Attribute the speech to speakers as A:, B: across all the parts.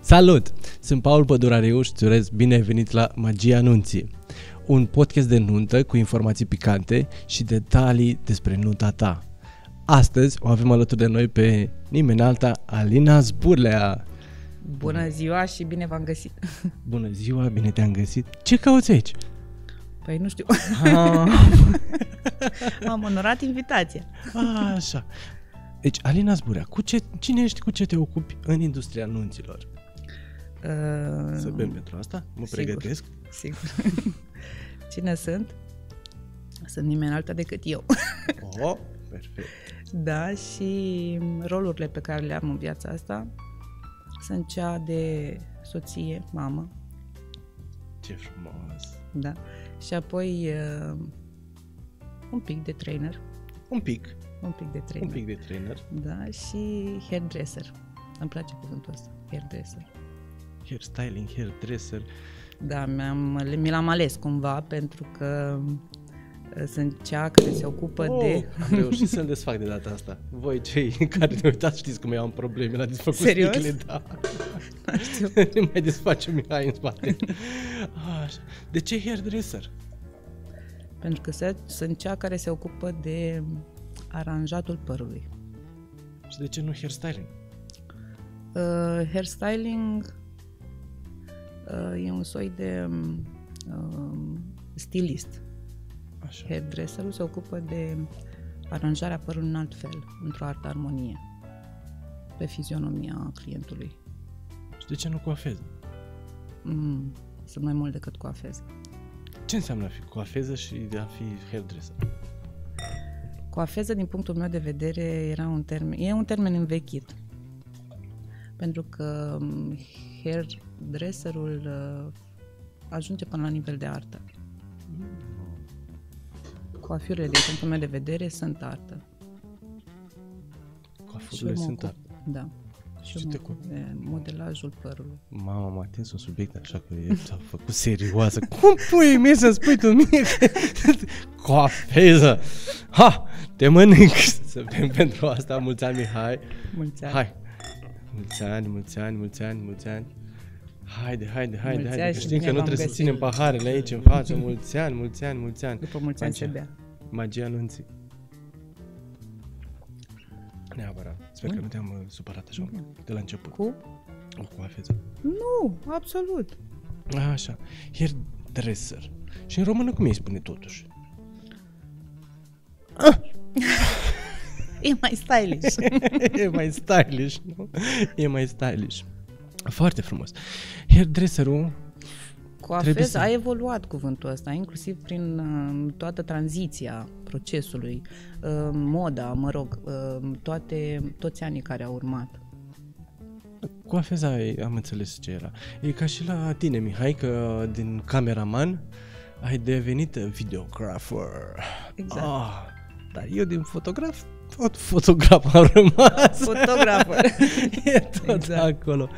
A: Salut! Sunt Paul Pădurariu și îți urez bine ai venit la Magia Nunții, un podcast de nuntă cu informații picante și detalii despre nunta ta. Astăzi o avem alături de noi pe nimeni alta, Alina Zburlea.
B: Bună ziua și bine v-am găsit.
A: Bună ziua, bine te-am găsit. Ce cauți aici?
B: Păi nu știu,
A: Ah,
B: am onorat invitația.
A: așa. Deci, Alina Zburea, cu ce, cine ești, cu ce te ocupi în industria anunților?
B: Uh,
A: Să bem pentru asta? Mă
B: Sigur.
A: pregătesc?
B: Sigur. Cine sunt? Sunt nimeni alta decât eu.
A: Oh, perfect.
B: Da, și rolurile pe care le am în viața asta sunt cea de soție, mamă,
A: Ce frumos.
B: da, și apoi uh, un pic de trainer,
A: Un pic,
B: un pic de
A: un
B: trainer,
A: pic de trainer.
B: da, și hairdresser. Îmi place cuvântul ăsta, hairdresser.
A: Hair styling, hair dresser.
B: Da, mi-am, mi l-am ales cumva pentru că uh, sunt cea care se ocupă oh. de...
A: am reușit să-mi desfac de data asta. Voi cei care ne uitați știți cum eu am probleme la desfăcut
B: Serios?
A: sticle, da.
B: Nu știu.
A: ne mai desfacem Mihai în spate. Așa. De ce hairdresser?
B: Pentru că se, sunt cea care se ocupă de aranjatul părului.
A: Și de ce nu hairstyling?
B: Uh, hairstyling uh, e un soi de uh, stilist.
A: Așa.
B: Hairdresserul se ocupă de aranjarea părului în alt fel, într-o altă armonie, pe fizionomia clientului.
A: Și de ce nu coafez?
B: Mm, sunt mai mult decât coafez.
A: Ce înseamnă a fi coafeză și de a fi hairdresser?
B: Coafeză, din punctul meu de vedere, era un termen, e un termen învechit. Pentru că m, hairdresserul uh, ajunge până la nivel de artă. Coafiurile, din punctul meu de vedere, sunt artă. Și eu
A: Coafurile
B: mă
A: sunt
B: ocup-
A: ar-
B: Da. Și
A: Și
B: eu mă
A: te
B: ocup de modelajul părului.
A: Mama, m-a atins un subiect așa că e, s-a făcut serioasă. Cum pui mie să spui tu mie că... Coafeză! Ha! Te mănânc! Să bem pentru asta. Mulți ani, Mihai!
B: Mulți ani.
A: Hai! Mulți ani, mulți ani, mulți ani, mulți ani. Haide, haide, haide,
B: Mulți
A: haide,
B: ani
A: că
B: și
A: știm că
B: bine
A: nu
B: v-am
A: trebuie să
B: găsit.
A: ținem paharele aici în față. Mulți ani, mulți ani, mulți ani.
B: După mulți ani se
A: Magia.
B: bea.
A: Magia nunții. Neapărat. Sper că nu te-am uh, supărat așa de la început.
B: Cu?
A: O coafeză.
B: Nu, absolut.
A: Așa, hairdresser. Și în română cum îi spune totuși?
B: E mai stylish.
A: e mai stylish, nu? E mai stylish. Foarte frumos. Hairdresserul, Trebuie
B: Coafez
A: să-
B: a evoluat cuvântul ăsta, inclusiv prin uh, toată tranziția procesului, uh, moda, mă rog, uh, toate, toți anii care au urmat.
A: coafeza, e- am înțeles ce era. E ca și la tine, Mihai, că din cameraman ai devenit videographer.
B: Exact.
A: Ah, dar eu din fotograf, tot fotograf am rămas.
B: Fotograf.
A: e tot
B: Exact.
A: acolo.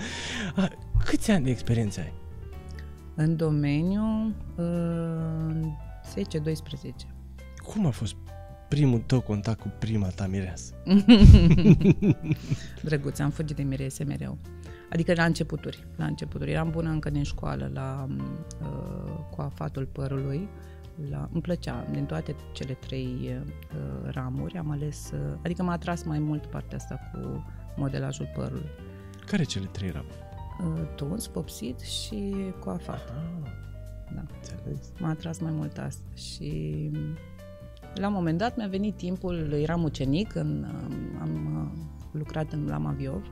A: Ah, Câți ani de experiență ai?
B: În domeniu, uh, 10-12.
A: Cum a fost primul tău contact cu prima ta mireasă?
B: Drăguț, am fugit de mirese mereu. Adică la începuturi, la începuturi. Eram bună încă din școală la uh, coafatul părului. La, îmi plăcea, din toate cele trei uh, ramuri am ales, uh, adică m-a atras mai mult partea asta cu modelajul părului.
A: Care cele trei ramuri?
B: Uh, tuns, popsit și coafat.
A: Ah,
B: Da.
A: înțeles.
B: M-a atras mai mult asta și la un moment dat mi-a venit timpul, eram ucenic, în, um, am uh, lucrat în la Maviov,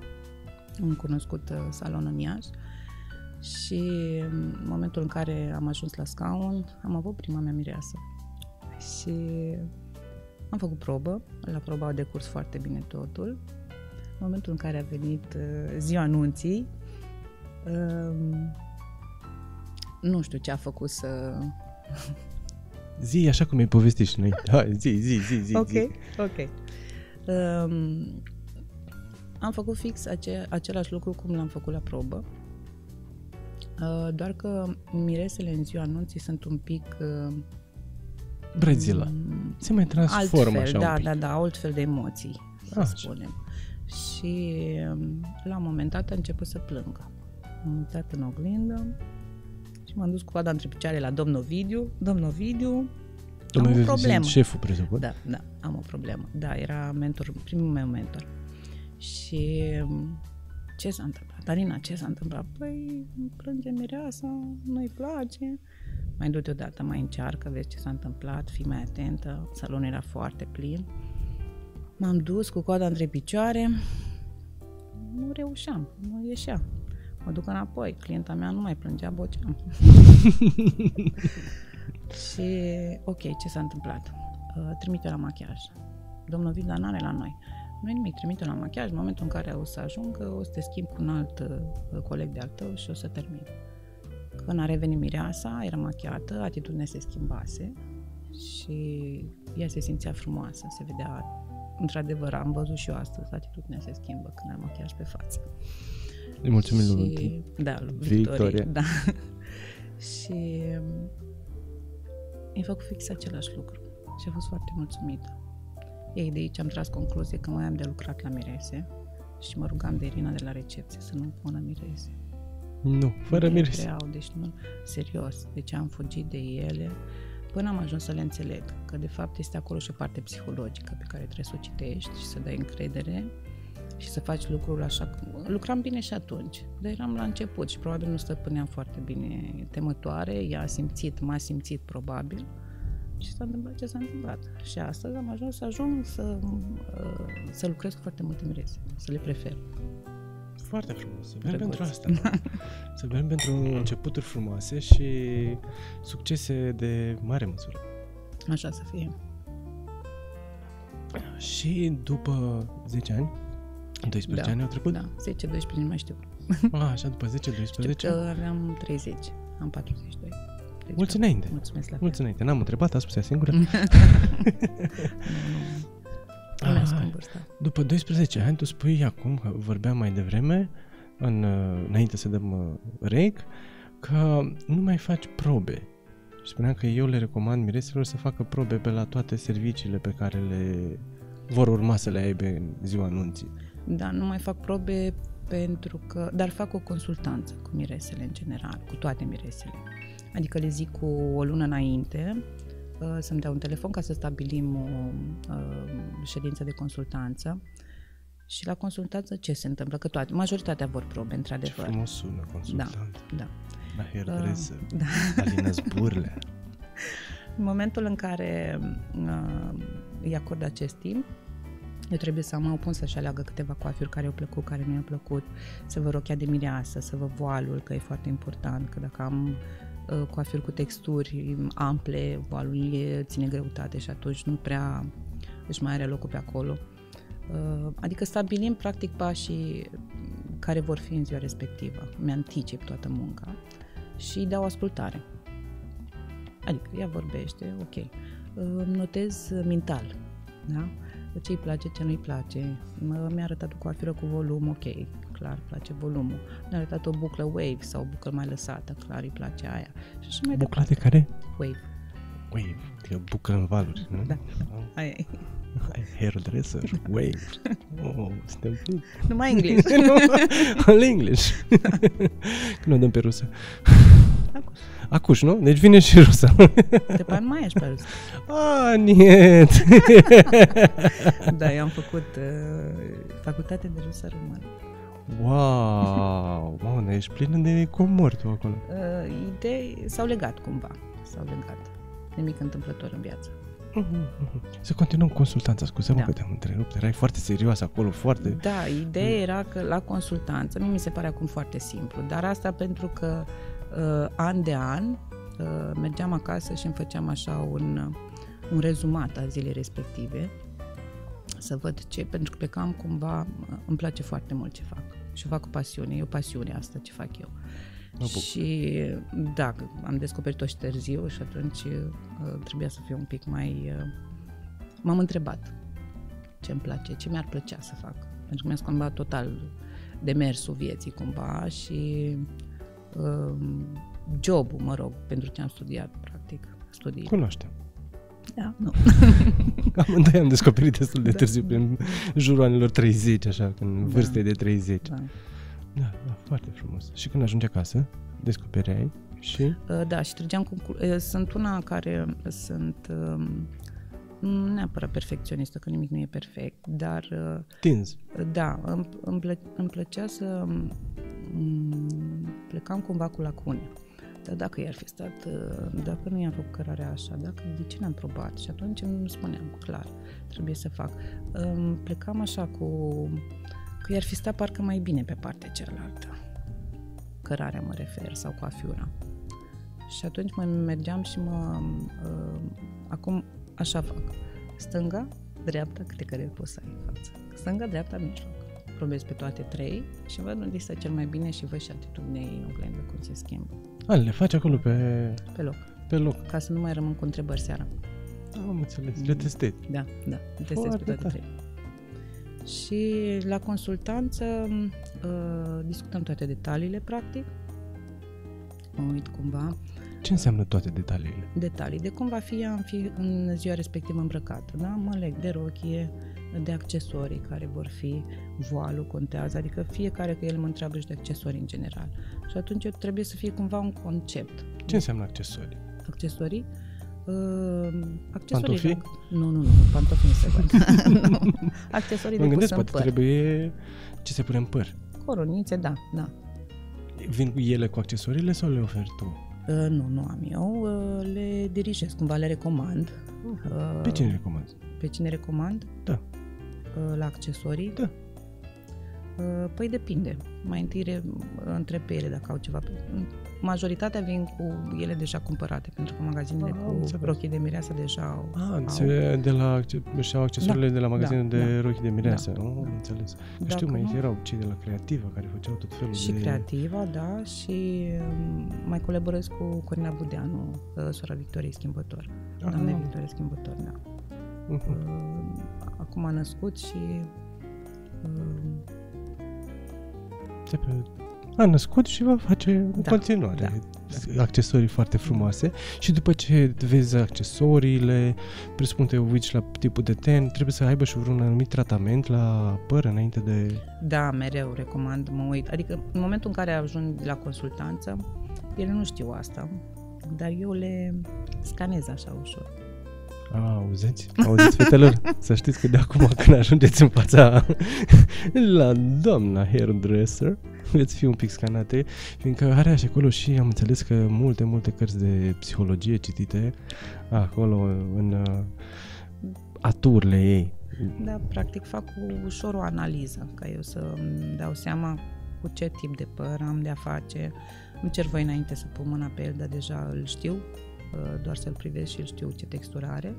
B: un cunoscut uh, salon în Iași și um, în momentul în care am ajuns la scaun, am avut prima mea mireasă și am făcut probă, la probă au decurs foarte bine totul. În momentul în care a venit uh, ziua anunții, um, nu știu ce a făcut să...
A: Zi așa cum ai povestit și noi. Hai, zi, zi, zi, zi. zi.
B: ok. Um, am făcut fix ace- același lucru cum l-am făcut la probă, uh, doar că miresele în ziua anunții sunt un pic uh,
A: Brazila. Se mai transformă așa
B: altfel, da,
A: un pic. Ah,
B: da, da, altfel de emoții, să ehm,
A: Așa.
B: spunem. Și um, la un moment dat a început să plângă. M-am uitat în oglindă și m-am dus cu coada între picioare la domnul Ovidiu. Domnul Ovidiu,
A: Domnul
B: am o
A: Vivian,
B: problemă.
A: șeful, presupun.
B: Da, da, am o problemă. Da, era mentor, primul meu mentor. Și um, ce s-a întâmplat? Arina, ce s-a întâmplat? Păi, îmi plânge mireasa, nu-i place. Mai du-te odată, mai încearcă, vezi ce s-a întâmplat, fii mai atentă. Salonul era foarte plin. M-am dus cu coada între picioare. Nu reușeam, nu ieșea. Mă duc înapoi, clienta mea nu mai plângea, boceam. Și, ok, ce s-a întâmplat? Uh, Trimite-o la machiaj. Domnul Vildan are la noi. Nu e nimic, trimite la machiaj. În momentul în care o să ajung, uh, o să te schimb cu un alt uh, coleg de-al tău și o să termin. Când a revenit mireasa, era machiată, atitudinea se schimbase și ea se simțea frumoasă, se vedea într-adevăr, am văzut și eu astăzi, atitudinea se schimbă când ai machiaj pe față.
A: Îi mulțumim lui
B: Și,
A: Vivi.
B: da, lui
A: Victoria.
B: Victoria. Da. și am făcut fix același lucru și a fost foarte mulțumită. Ei de aici am tras concluzie că mai am de lucrat la mirese și mă rugam de Irina de la recepție să nu pună mirese.
A: Nu, fără
B: Nu le
A: miris.
B: Vreau, deci nu, serios, deci am fugit de ele până am ajuns să le înțeleg că de fapt este acolo și o parte psihologică pe care trebuie să o citești și să dai încredere și să faci lucrul așa. cum- Lucram bine și atunci, dar eram la început și probabil nu stăpâneam foarte bine temătoare, ea a simțit, m-a simțit probabil și s-a întâmplat ce s-a întâmplat. Și astăzi am ajuns să ajung să, uh, să lucrez cu foarte multe mirese, să le prefer.
A: Foarte frumos. Să vrem
B: Drăguț.
A: pentru asta. da. să vrem pentru începuturi frumoase și succese de mare măsură.
B: Așa să fie.
A: Și după 10 ani, 12
B: Da.
A: ani au trecut?
B: Da, 10-12, nu mai știu.
A: A, așa, după 10-12.
B: Știu că Deci, uh, aveam 30, am 42. Deci,
A: Mulți înainte.
B: Mulțumesc la fel.
A: Mulți înainte. N-am întrebat, a spus ea singură. Ah,
B: Mulțumesc
A: Ah.
B: cu vârsta.
A: După 12 ani, tu spui acum, că vorbeam mai devreme, în, uh, înainte să dăm uh, rec, că nu mai faci probe. Și spuneam că eu le recomand mireselor să facă probe pe la toate serviciile pe care le vor urma să le aibă în ziua anunții.
B: Da, nu mai fac probe pentru că... Dar fac o consultanță cu miresele în general, cu toate miresele. Adică le zic cu o lună înainte uh, să-mi dea un telefon ca să stabilim o uh, ședință de consultanță. Și la consultanță ce se întâmplă? Că toate, majoritatea vor probe,
A: Ce
B: într-adevăr.
A: frumos sună consultant.
B: Da.
A: Da. La hairdresser,
B: Da.
A: Alina Zburlea.
B: În momentul în care uh, îi acord acest timp, eu trebuie să mă opun să-și aleagă câteva coafuri care i-au plăcut, care nu i-au plăcut, să vă rochea de mireasă, să vă voalul, că e foarte important, că dacă am uh, coafuri cu texturi ample, voalul e, ține greutate și atunci nu prea își mai are locul pe acolo. Uh, Adică stabilim practic pașii care vor fi în ziua respectivă. Mi-anticip toată munca și îi dau ascultare. Adică ea vorbește, ok. Îmi notez mental, da? Ce îi place, ce nu-i place. Mă- Mi-a arătat o coafiră cu volum, ok, clar, place volumul. Mi-a arătat o buclă wave sau o buclă mai lăsată, clar, îi place aia. Și așa mai
A: Bucla de care?
B: departe. Wave,
A: Wave. Că bucă în valuri, nu?
B: da. Aia e.
A: Hairdresser, wave. Oh, suntem plini.
B: Numai engleză.
A: All English. Când o dăm pe rusă.
B: Acuș.
A: Acuș, nu? Deci vine și rusa.
B: Te pan mai ești pe râs.
A: A, niet.
B: Da, eu am făcut uh, facultate de rusă română.
A: Wow, mamă, dar ești plină de comori tu acolo.
B: Uh, idei s-au legat cumva, s-au legat. Nimic întâmplător în viață.
A: Să continuăm consultanța, scuze-mă
B: Da.
A: că te-am întrerupt, erai foarte serioasă acolo, foarte...
B: Da, ideea era că la consultanță, mie mi se pare acum foarte simplu, dar asta pentru că uh, an de an uh, mergeam acasă și îmi făceam așa un, un rezumat a zilei respective să văd ce, pentru că plecam cumva, îmi place foarte mult ce fac și o fac cu pasiune, e o pasiune asta ce fac eu.
A: bucur.
B: Și da, că am descoperit-o și târziu și atunci uh, trebuia să fiu un pic mai... uh, M-am întrebat ce îmi place, ce mi-ar plăcea să fac. Pentru că mi-a schimbat total demersul vieții cumva și um, jobul, mă rog, pentru ce am studiat, practic, studii.
A: Cunoaștem.
B: Da, nu.
A: Amândoi am descoperit destul de târziu, prin jurul anilor 30, așa, când vârstei de 30.
B: Da.
A: Da, da, foarte frumos. Și când ajungi acasă, descopereai și...
B: Uh, Da, și trăgeam cu... cu- uh, Sunt una care sunt uh, nu neapărat perfecționistă, că nimic nu e perfect, dar uh,
A: Tinzi.
B: Da, îmi, îmi, plă, îmi plăcea să m- plecam cumva cu lacune. Dar dacă i-ar fi stat, uh, dacă nu i-am făcut cărarea așa, dacă de ce n-am probat? Și atunci îmi spuneam, clar, trebuie să fac. Îmi plecam așa cu... că i-ar fi stat parcă mai bine pe partea cealaltă. Cărarea mă refer, sau cu afiura. Și atunci mă mergeam și mă... Uh, acum așa fac. Stânga, dreapta, câte căreri poți să ai în față. Stânga, dreapta, mijloc. Probez pe toate trei și văd unde este cel mai bine și văd și atitudinea ei în oglindă cum se schimbă.
A: A, le faci acolo pe,
B: Pe loc.
A: pe loc.
B: Ca să nu mai rămân cu întrebări seara.
A: Am înțeles, le testezi.
B: Da, da, testez
A: Foarte
B: pe toate
A: tare.
B: trei. Și la consultanță m, uh, discutăm toate detaliile, practic. Mă uit cumva.
A: Ce înseamnă toate detaliile?
B: detalii de cum va fi ea în, fi, în ziua respectivă îmbrăcată. Da? Mă leg de rochie, de accesorii care vor fi, voalul contează, adică fiecare că el mă întreabă și de accesorii în general. Și atunci eu trebuie să fie cumva un concept.
A: Ce înseamnă accesorii?
B: Accesorii? Uh, accesorii
A: Pantofi?
B: Nu, nu, nu, pantofi nu se văd. Nu. accesorii
A: Mă
B: de Păi pus
A: gândesc,
B: în
A: poate
B: păr.
A: trebuie ce se pune în păr.
B: Coronițe, da, da.
A: Vin cu ele cu accesoriile sau le oferi tu?
B: Uh, nu, nu am eu, uh, le dirigez, cumva le recomand. Uh,
A: Pe cine recomanzi?
B: Pe cine recomand?
A: Da.
B: Uh, La accesorii?
A: Da.
B: Uh, Păi depinde. Mai întâi re- întreb pe ele dacă au ceva. Majoritatea vin cu ele deja cumpărate, pentru că magazinele
A: Ah, am
B: cu
A: înțeles.
B: rochii de mireasă deja au.
A: Ah,
B: au.
A: se, de la, acce- și-au accesoriile
B: Da,
A: de la magazinul
B: da,
A: de
B: da.
A: rochii de mireasă.
B: Da,
A: Da, oh,
B: da.
A: am înțeles. Că
B: Dacă
A: știu, mai
B: nu-
A: erau cei de la Creativa care făceau tot felul
B: Și
A: de...
B: creativa, da, și um, mai colaborez cu Corina Budeanu, uh, sora Victoriei Schimbător.
A: Ah.
B: Doamna Victorie Schimbător, da.
A: Mhm.
B: Uh, Acum a născut și uh,
A: De pe... A născut și va face în
B: Da,
A: continuare accesorii foarte frumoase și după ce vezi accesoriile, presupun te uiți la tipul de ten, trebuie să aibă și vreun anumit tratament la păr înainte de...
B: Da, mereu recomand, mă uit. Adică în momentul în care ajung la consultanță, ele nu știu asta, dar eu le scanez așa ușor.
A: A, auziți? Auziți, fetelor? Să știți că de acum când ajungeți în fața la doamna hairdresser, veți fi un pic scanate, fiindcă are așa acolo și am înțeles că multe, multe cărți de psihologie citite acolo în uh, aturile ei.
B: Da, practic fac u- ușor o analiză, ca eu să îmi dau seama cu ce tip de păr am de-a face. Îmi cer voi înainte să pun mâna pe el, dar deja îl știu, uh, doar să-l privesc și îl știu ce textură are.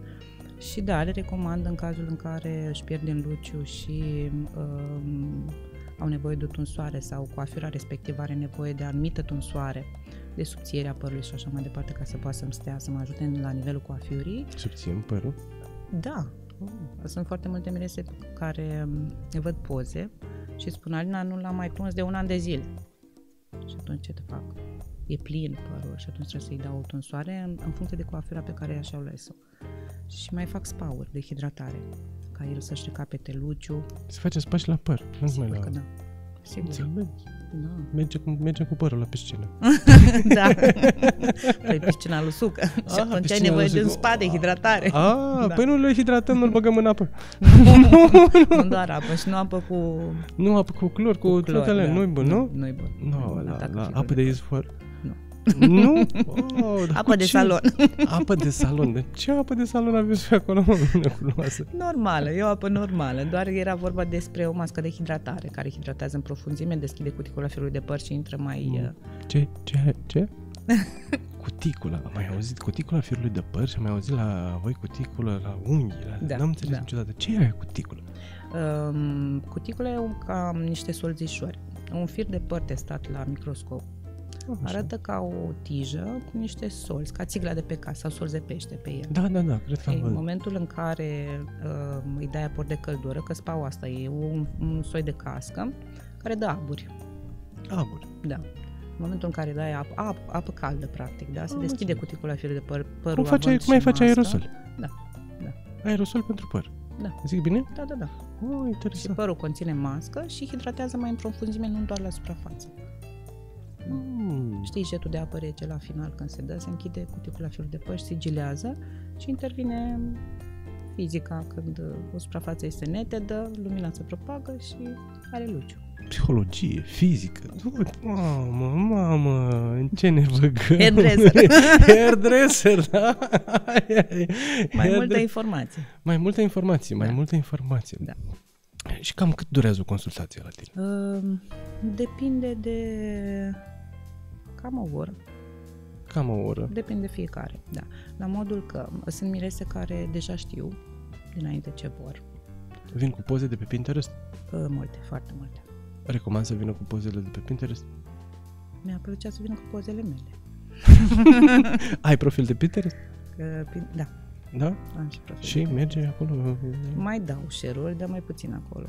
B: Și da, le recomand în cazul în care își pierd din luciu și um, au nevoie de o tunsoare sau coafura respectivă are nevoie de anumită tunsoare, de subțierea părului și așa mai departe ca să poată să-mi stea, să mă ajute la nivelul coafurii,
A: Subțin părul.
B: da. Sunt foarte multe mirese care m, le văd poze și spun, Alina, nu l-am mai tuns de un an de zile. Și atunci ce te fac? E plin părul și atunci trebuie să-i dau o tunsoare în, în funcție de coafura pe care ea și-au ales-o. Și mai fac spauri de hidratare ca el să-și recapete luciu.
A: Se face spași la păr. Nu mai
B: Sigur
A: la...
B: că da. Sigur,
A: Înțeleg.
B: da.
A: Merge cu, merge cu părul la piscină.
B: da. Păi piscina lui Sucă. Și
A: Ah,
B: atunci ai
A: piscina
B: nevoie
A: lui
B: de un
A: Sucă.
B: spa de hidratare.
A: Ah, da.
B: Da.
A: păi nu le hidratăm, nu-l băgăm în apă.
B: nu doar apă și nu apă cu
A: Nu, apă cu clor, Da. cu, cu
B: clor, da.
A: nu-i bun, nu?
B: Nu-i bun.
A: Nu, la,
B: Atacă
A: la
B: fibrele.
A: apă de izvor.
B: Nu.
A: Nu? Oh, dar
B: Apă
A: cu
B: de
A: ce?
B: salon.
A: Apă de salon. De ce apă de salon aveți voi acolo, mă, nebuloasă?
B: Normală, e o apă normală, doar era vorba despre o mască de hidratare care hidratează în profunzime, deschide cuticula firului de păr și intră mai...
A: Mm.
B: uh,
A: Ce? Ce? Ce? Cuticula. Am mai auzit cuticula firului de păr și am mai auzit la voi cuticula la unghii. La...
B: Da,
A: N-am înțeles
B: da.
A: niciodată. Ce e aia cuticula?
B: Um, cuticula e un, ca niște solzișori, un fir de păr testat la microscop.
A: Ah, așa.
B: Arată ca o tijă cu niște solzi, ca țigla de pe casă sau solzi de pește pe el.
A: Da, da, da, cred că am
B: Ei, în
A: văzut.
B: momentul în care uh, îi dai aport de căldură, că spau asta e un, un soi de cască care dă aburi.
A: Ah, bun.
B: Da. În momentul în care dai apă, apă, apă caldă, practic, da? Se
A: Am
B: deschide
A: înțeles.
B: cuticula fir de păr, părul
A: Cum, face,
B: având
A: cum ai
B: și
A: face
B: masca.
A: aerosol?
B: Da, da.
A: Aerosol pentru păr.
B: Da.
A: Zic bine?
B: Da, da, da.
A: Oh,
B: Și
A: interesant.
B: părul conține mască și hidratează mai în profunzime, nu doar la suprafață.
A: Mm.
B: Știi, jetul de apă rece la final când se dă, se închide cuticula fior de păști, sigilează și intervine fizica când uh, o suprafață este netedă, lumina se propagă și are luciu.
A: Psihologie, fizică. Mamă, mamă, în ce ne băgăm?
B: Hairdresser.
A: Hairdresser, da?
B: Mai
A: Hairdre-
B: multă informație.
A: mai multe informații, mai
B: Da.
A: multe informații.
B: Da.
A: Și cam cât durează o consultație la tine?
B: Um, Depinde de cam o oră.
A: Cam o oră.
B: Depinde de fiecare, da. La modul că sunt mirese care deja știu dinainte ce vor.
A: Vin cu poze de pe Pinterest?
B: Uh, Multe, foarte multe.
A: Recomand să vină cu pozele de pe Pinterest.
B: Mi-a plăcea să vină cu pozele mele.
A: Ai profil de Pinterest?
B: Că, prin- da,
A: Da?
B: am și profil.
A: Și merge acolo,
B: Mai dau share-uri, dar mai puțin acolo.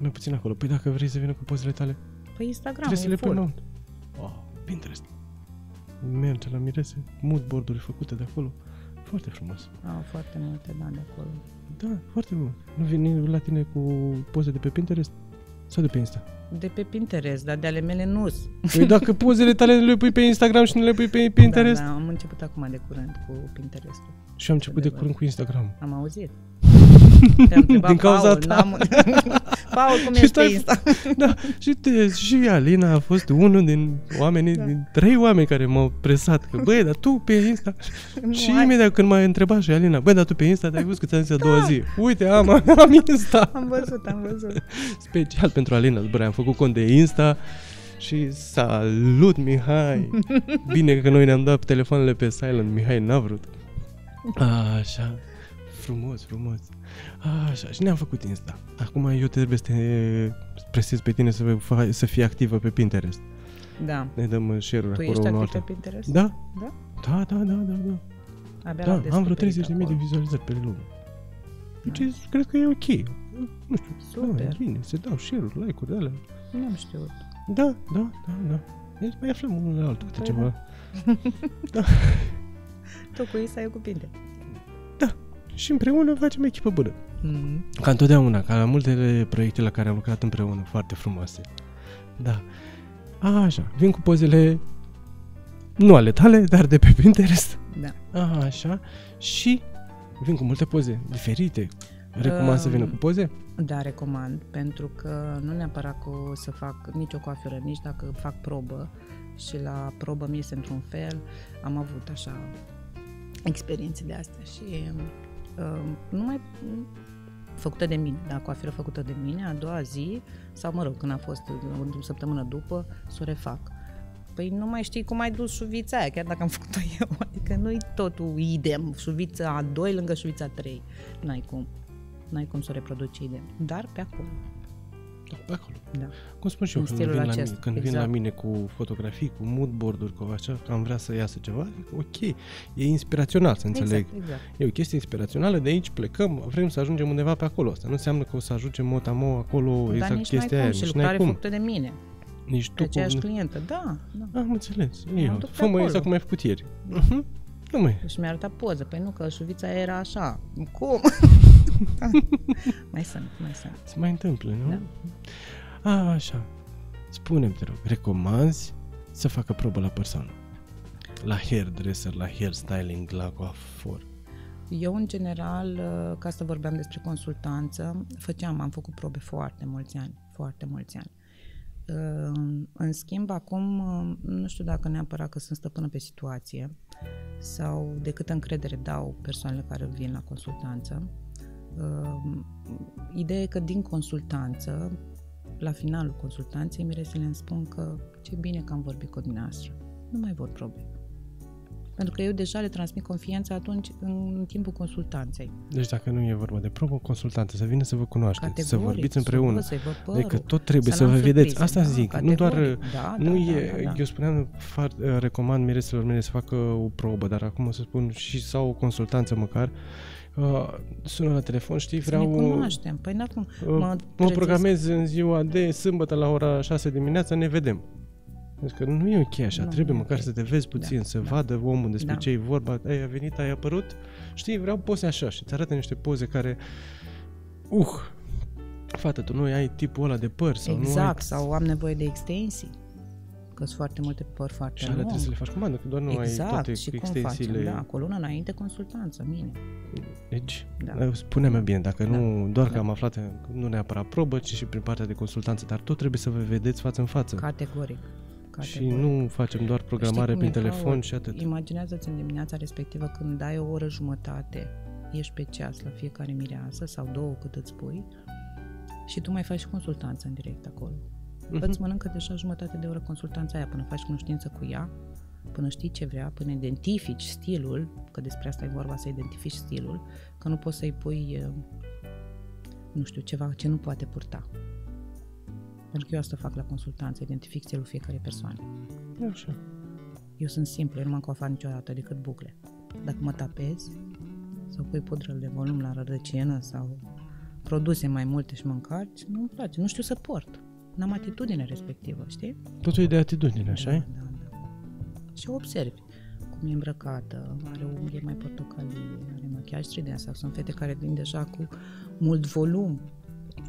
A: mai puțin acolo. Păi dacă vrei să vină cu pozele tale,
B: Pe Instagram
A: trebuie să
B: e
A: le pui
B: full.
A: mount. Oh, Pinterest. Merge la mirese, mut borduri făcute de acolo. Foarte frumos.
B: Au foarte multe, da, de acolo.
A: Da, foarte frumos. Nu vine la tine cu poze de pe Pinterest? Sau de pe Insta?
B: De pe Pinterest, dar de ale mele nu
A: Păi dacă pozele tale le pui pe Instagram și nu le pui pe Pinterest?
B: Da, da, am început acum de curând cu Pinterestul.
A: Și am început de curând cu Instagram.
B: Am auzit. Te-am întrebat,
A: Din cauza
B: Paul,
A: ta.
B: N-am... Paul, cum
A: Și
B: ești pe
A: stai-
B: Insta?
A: Da, și, te, și Alina a fost unul din oamenii, da. din trei oameni care m-au presat că, băi, dar tu pe Insta...
B: Nu
A: și
B: ai.
A: imediat când m-a întrebat și Alina, băi, dar tu pe Insta, te-ai văzut că ți-am zis
B: Da.
A: a doua zi. Uite, am, am Insta.
B: Am văzut, am văzut.
A: Special pentru Alina, băi, am făcut cont de Insta și salut, Mihai! Bine că noi ne-am dat telefoanele pe silent, Mihai n-a vrut. Așa, frumos, frumos. Așa, și ne-am făcut Insta. Acum eu trebuie să te presez pe tine să, fa- să fii activă pe Pinterest.
B: Da.
A: Ne dăm uh, share-uri
B: Tu
A: acolo.
B: ești
A: unul
B: activ pe
A: altul.
B: Pinterest?
A: Da?
B: Da?
A: Da, da, da, da, da.
B: Abia
A: Da,
B: l-am
A: am vreo
B: descoperit
A: 30.000 de
B: acolo.
A: vizualizări pe lună. Deci
B: Nice.
A: cred că e ok. Nu știu, da, e
B: Super.
A: bine, se dau share-uri, like-uri de alea.
B: Nu am știut.
A: Da, da, da, da. Deci mai aflăm unul la altul câte
B: Păi
A: ceva.
B: Tu cu Insta, eu cu Pinte.
A: Și împreună facem echipă bună.
B: Mm.
A: Ca întotdeauna, ca la multele proiecte la care am lucrat împreună, foarte frumoase. Da. A, așa, vin cu pozele nu ale tale, dar de pe Pinterest.
B: Da.
A: A, așa. Și vin cu multe poze diferite. Recomand să vină
B: Um,
A: cu poze?
B: Da, recomand, pentru că nu neapărat că o să fac nicio coafură, nici dacă fac probă și la probă mi este într-un fel, am avut așa experiențe de astea și uh, nu mai făcută de mine, da, coafură făcută de mine, a doua zi, sau mă rog, când a fost uh, o săptămână după, să o refac. Păi nu mai știi cum ai dus șuvița aia, chiar dacă am făcut-o eu, adică nu-i totul idem, șuvița a 2 lângă șuvița a 3, n-ai cum n-ai cum să o reproduci idem, dar pe acolo.
A: Da, acolo.
B: Da.
A: Cum spun și eu,
B: În
A: când, vin
B: stilul
A: la, mine,
B: acesta,
A: când vin
B: exact.
A: la mine cu fotografii, cu mood board-uri, cu așa, că am vrea să iasă ceva, zic, ok, e inspirațional, să înțeleg.
B: Exact, exact.
A: E o chestie inspirațională, de aici plecăm, vrem să ajungem undeva pe acolo. Asta nu înseamnă că o să ajungem motamo acolo,
B: Exact,
A: exact
B: dar nici n-ai
A: chestia
B: cum
A: aia,
B: și
A: nici n-ai
B: lucrare Deci
A: cum.
B: făcută de mine,
A: Nici
B: pe
A: tu
B: aceeași
A: cum...
B: clientă, da, da.
A: Am înțeles.
B: duc
A: Eu,
B: pe
A: fă mă
B: acolo.
A: exact cum ai făcut ieri. Mhm. Nu mai e.
B: Și mi-a arătat poză, păi nu, că șuvița era așa, cum? Da. mai sunt, mai sunt.
A: Se mai întâmplă, nu? Da. A, așa. Spune-mi, te rog, recomanzi să facă probă la persoană? La hairdresser, la hairstyling, la coafor.
B: Eu, în general, uh, ca să vorbeam despre consultanță, făceam, am făcut probe foarte mulți ani, foarte mulți ani. Uh, În schimb, acum, uh, nu știu dacă neapărat că sunt stăpână pe situație sau de câtă încredere dau persoanele care vin la consultanță. Uh, Ideea e că din consultanță, la finalul consultanței, miresele îmi spun că ce bine că am vorbit cu dumneavoastră. Nu mai vor probe. Pentru că eu deja le transmit confianța atunci în timpul consultanței.
A: Deci dacă nu e vorba de probă, consultantă, să vină să vă cunoașteți, să
B: Categoric,
A: vorbiți
B: să
A: împreună.
B: văd, să-i văd părul,
A: Adică tot trebuie să,
B: n-am
A: vă vedeți.
B: surprize,
A: Asta
B: da,
A: zic, nu
B: categoric.
A: doar...
B: Da,
A: nu
B: da,
A: e,
B: da, da, da.
A: Eu spuneam, far, eh, recomand mireselor mele să facă o probă, dar acum o să spun și sau o consultanță măcar. Uh, sună la telefon, știi,
B: Să ne
A: vreau...
B: cunoaștem. Păi n cum.
A: uh,
B: mă,
A: mă
B: trezesc.
A: programez în ziua de sâmbătă la ora 6 dimineața, ne vedem. Deci că nu e ok așa,
B: Nu,
A: trebuie
B: nu e
A: măcar
B: ok.
A: să te vezi
B: Da,
A: puțin, să
B: da.
A: vadă omul despre
B: Da.
A: ce e vorba, ai venit, ai apărut, știi, vreau poze așa și îți arată niște poze care uh, fată, tu nu ai tipul ăla de păr sau nu ai...
B: exact, sau am nevoie de extensii, că sunt foarte multe păr foarte
A: Și alea
B: lung.
A: trebuie să le faci comandă, că doar nu ai
B: exact,
A: toate
B: și cum
A: extensiile.
B: facem, da, cu o lună înainte consultanță, mine.
A: Deci,
B: Da.
A: da. spune-mi bine, dacă
B: Da.
A: nu, doar că
B: Da.
A: am aflat, nu neapărat probă, ci și prin partea de consultanță, dar tot trebuie să vă vedeți față în față.
B: Categoric.
A: Da. și nu facem doar programare
B: Știi
A: prin
B: cum e,
A: telefon
B: Paul?
A: și atât.
B: Imaginează-ți în dimineața respectivă când dai o oră jumătate, ești pe ceas la fiecare mireasă sau două cât îți pui și tu mai faci și consultanță în direct acolo.
A: Mhm.
B: Uh-huh. Îți mănâncă deja jumătate de oră consultanța aia până faci cunoștință cu ea, până știi ce vrea, până identifici stilul, că despre asta e vorba, să identifici stilul, că nu poți să-i pui, eh, nu știu, ceva ce nu poate purta. Pentru că eu asta fac la consultanță, identific stilul fiecare persoane.
A: Mhm. Așa.
B: Eu sunt simplu, eu nu m-am coafat niciodată decât bucle. Dacă mă tapez sau pui pudră de volum la rădăcină sau produse mai multe și măncarci, nu-mi place. Nu știu să port. N-am atitudine respectivă, știi?
A: Totul e de atitudine, așa e?
B: Da, da. Și observi cum e îmbrăcată, are o unghie mai portocalie, are machiaj strident sau sunt fete care vin deja cu mult volum.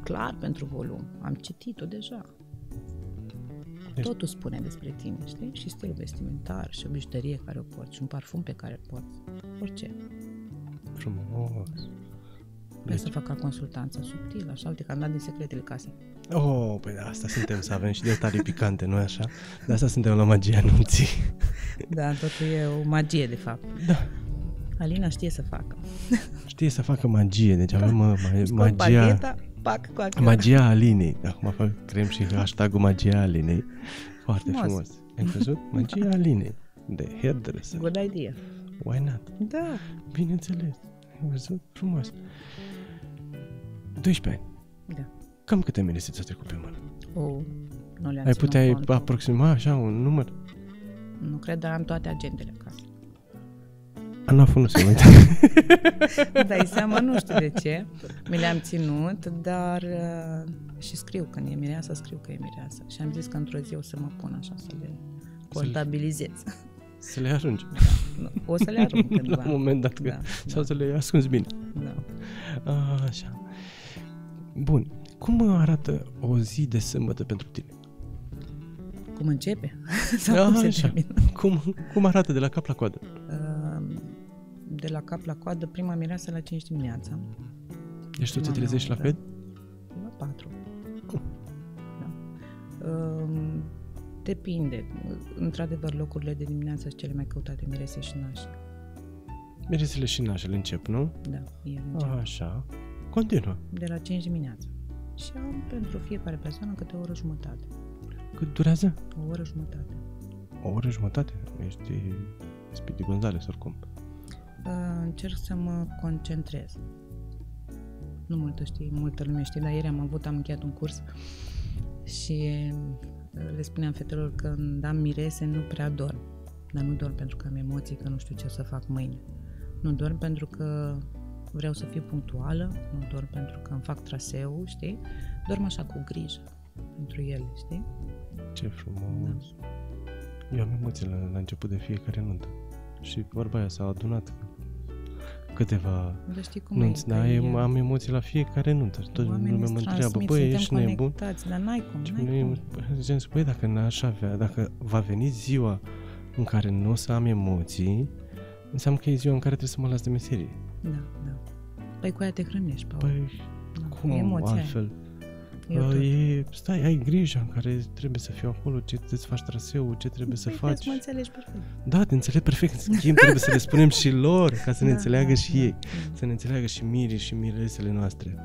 B: Clar pentru volum. Am citit-o deja.
A: Deci-
B: Totul spune despre tine, știi? Și stilul vestimentar, și o bijuterie care o porți, și un parfum pe care îl porți. Orice.
A: Frumos.
B: Vreau Da.
A: Deci-
B: să fac ca consultanță subtilă, așa, uite că am dat din secretele casei.
A: Oh, păi de asta suntem, să avem și detalii picante, nu așa? De asta suntem la magia anunții.
B: Da, totul e o magie, de fapt. Da. Alina știe să facă.
A: Știe să facă magie, deci avem uh, ma-
B: Scot
A: magia...
B: paleta, pac, cu acela.
A: Magia Alinei. Acum fac, creăm și hashtag-ul magia Alinei. Foarte
B: Frumos.
A: frumos. Ai văzut? Magia Alinei. De hairdresser.
B: Good idea.
A: Why not?
B: Da.
A: Bineînțeles. Ai văzut? Frumos. 12 ani.
B: Da.
A: Cam câte minute ți-a trecut pe mână?
B: O, nu le-am
A: Ai
B: ținut
A: putea
B: cont.
A: aproxima așa un număr?
B: Nu cred, dar am toate agendele acasă.
A: Anaful Ah, nu se uită.
B: Dai seama, nu știu de ce. Mi le-am ținut, dar uh, și scriu când e mireasă, scriu că e mireasă. Și am zis că într-o zi o să mă pun așa să le contabilizez.
A: Să le arunci.
B: Nu, O să le arunc cândva.
A: La un moment dat. Da,
B: Da,
A: sau să le ascunzi bine.
B: da.
A: A, așa. Bun. Cum arată o zi de sâmbătă pentru tine?
B: Cum începe? Sau cum se
A: Da, așa.
B: termină?
A: Cum, cum arată de la cap la coadă?
B: Uh, De la cap la coadă, prima mireasă la 5 dimineața.
A: Deci tu te
B: Prima
A: trezești la
B: mea
A: fel?
B: oră. La 4.
A: Cum?
B: Da. Um, depinde. Într-adevăr, locurile de dimineață sunt cele mai căutate mirese și nași.
A: Meresele și nașele încep, nu?
B: Da, ele
A: A,
B: încep
A: așa. Continuă.
B: de la 5 dimineața. Și am pentru fiecare persoană câte o oră jumătate.
A: Cât durează?
B: O oră jumătate.
A: O oră jumătate. Ești Speedy Gonzales oricum.
B: Uh, încerc să mă concentrez. Nu multă știi, multă lume știe, dar ieri am avut, am încheiat un curs și uh, le spuneam fetelor că când am mirese nu prea dorm. Dar nu dorm pentru că am emoții, că nu știu ce să fac mâine. Nu dorm pentru că vreau să fiu punctuală, nu dorm pentru că îmi fac traseul, știi? Dorm așa cu grijă pentru ele, știi?
A: Ce frumos.
B: Da.
A: Eu am emoții la, la început de fiecare nuntă. Și vorba aia s-a adunat câteva
B: Dar știi cum
A: nunți,
B: e?
A: dar
B: că
A: am,
B: e-
A: am emoții la fiecare nuntă. Tot
B: oamenii
A: lumea mă
B: îți
A: întreabă,
B: transmit,
A: băi,
B: suntem
A: ești nebun?
B: conectați, Dar n-ai cum,
A: Și
B: n-ai cum.
A: mie ziceam, băi, dacă n-aș avea, dacă va veni ziua în care nu o să am emoții, înseamnă că e ziua în care trebuie să mă las de meserie.
B: Da, da. Păi cu aia te hrănești, Paul.
A: Păi,
B: da. cu
A: cum
B: emoția aia.
A: altfel?
B: Eu
A: Uh,
B: tot.
A: E, stai, ai grijă în care trebuie să fiu acolo, ce trebuie să faci traseul, ce trebuie să
B: Păi vezi,
A: faci.
B: mă înțelegi perfect.
A: Da, te înțeleg perfect. În schimb, trebuie să le spunem și lor, ca să ne
B: Da,
A: înțeleagă
B: da,
A: și
B: da.
A: ei. Să ne înțeleagă și mirii și miresele noastre.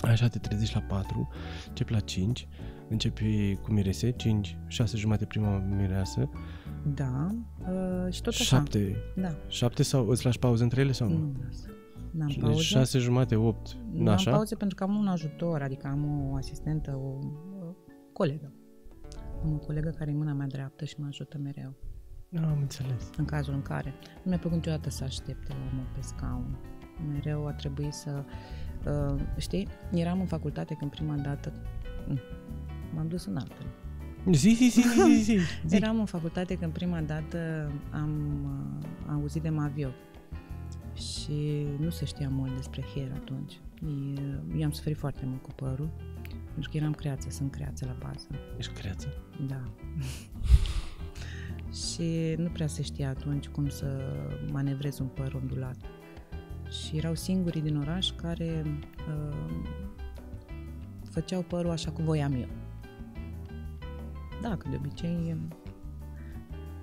A: Așa te trezești la 4, începi la 5, începi cu mirese, 5, 6 jumate prima mireasă,
B: Da. Uh, și tot așa.
A: 7,
B: Da.
A: 7 sau îți lași pauză între ele sau nu?
B: Nu, lasă. N-am
A: Deci
B: pauză.
A: 6 jumate, 8,
B: N-am
A: așa?
B: pauze pentru că am un ajutor, adică am o asistentă, o, o colegă. Am o colegă care e mâna mea dreaptă și mă ajută mereu.
A: Nu, am înțeles.
B: în cazul în care nu mi-a plăcut niciodată să aștepte omul pe scaun. Mereu a trebuit să... Uh, știi, eram în facultate când prima dată... Mm, M-am dus în altele.
A: Zi, zi, zi, zi, zi, zi. zi.
B: Eram în facultate când prima dată am uh, auzit de Mavio. și nu se știa mult despre hair atunci. E- Eu am suferit foarte mult cu părul, pentru că eram creață, sunt creață la bază.
A: Ești creață?
B: Da. și nu prea se știa atunci cum să manevrezi un păr ondulat. Și erau singurii din oraș care uh, făceau părul așa cum voiam eu. Da, că de obicei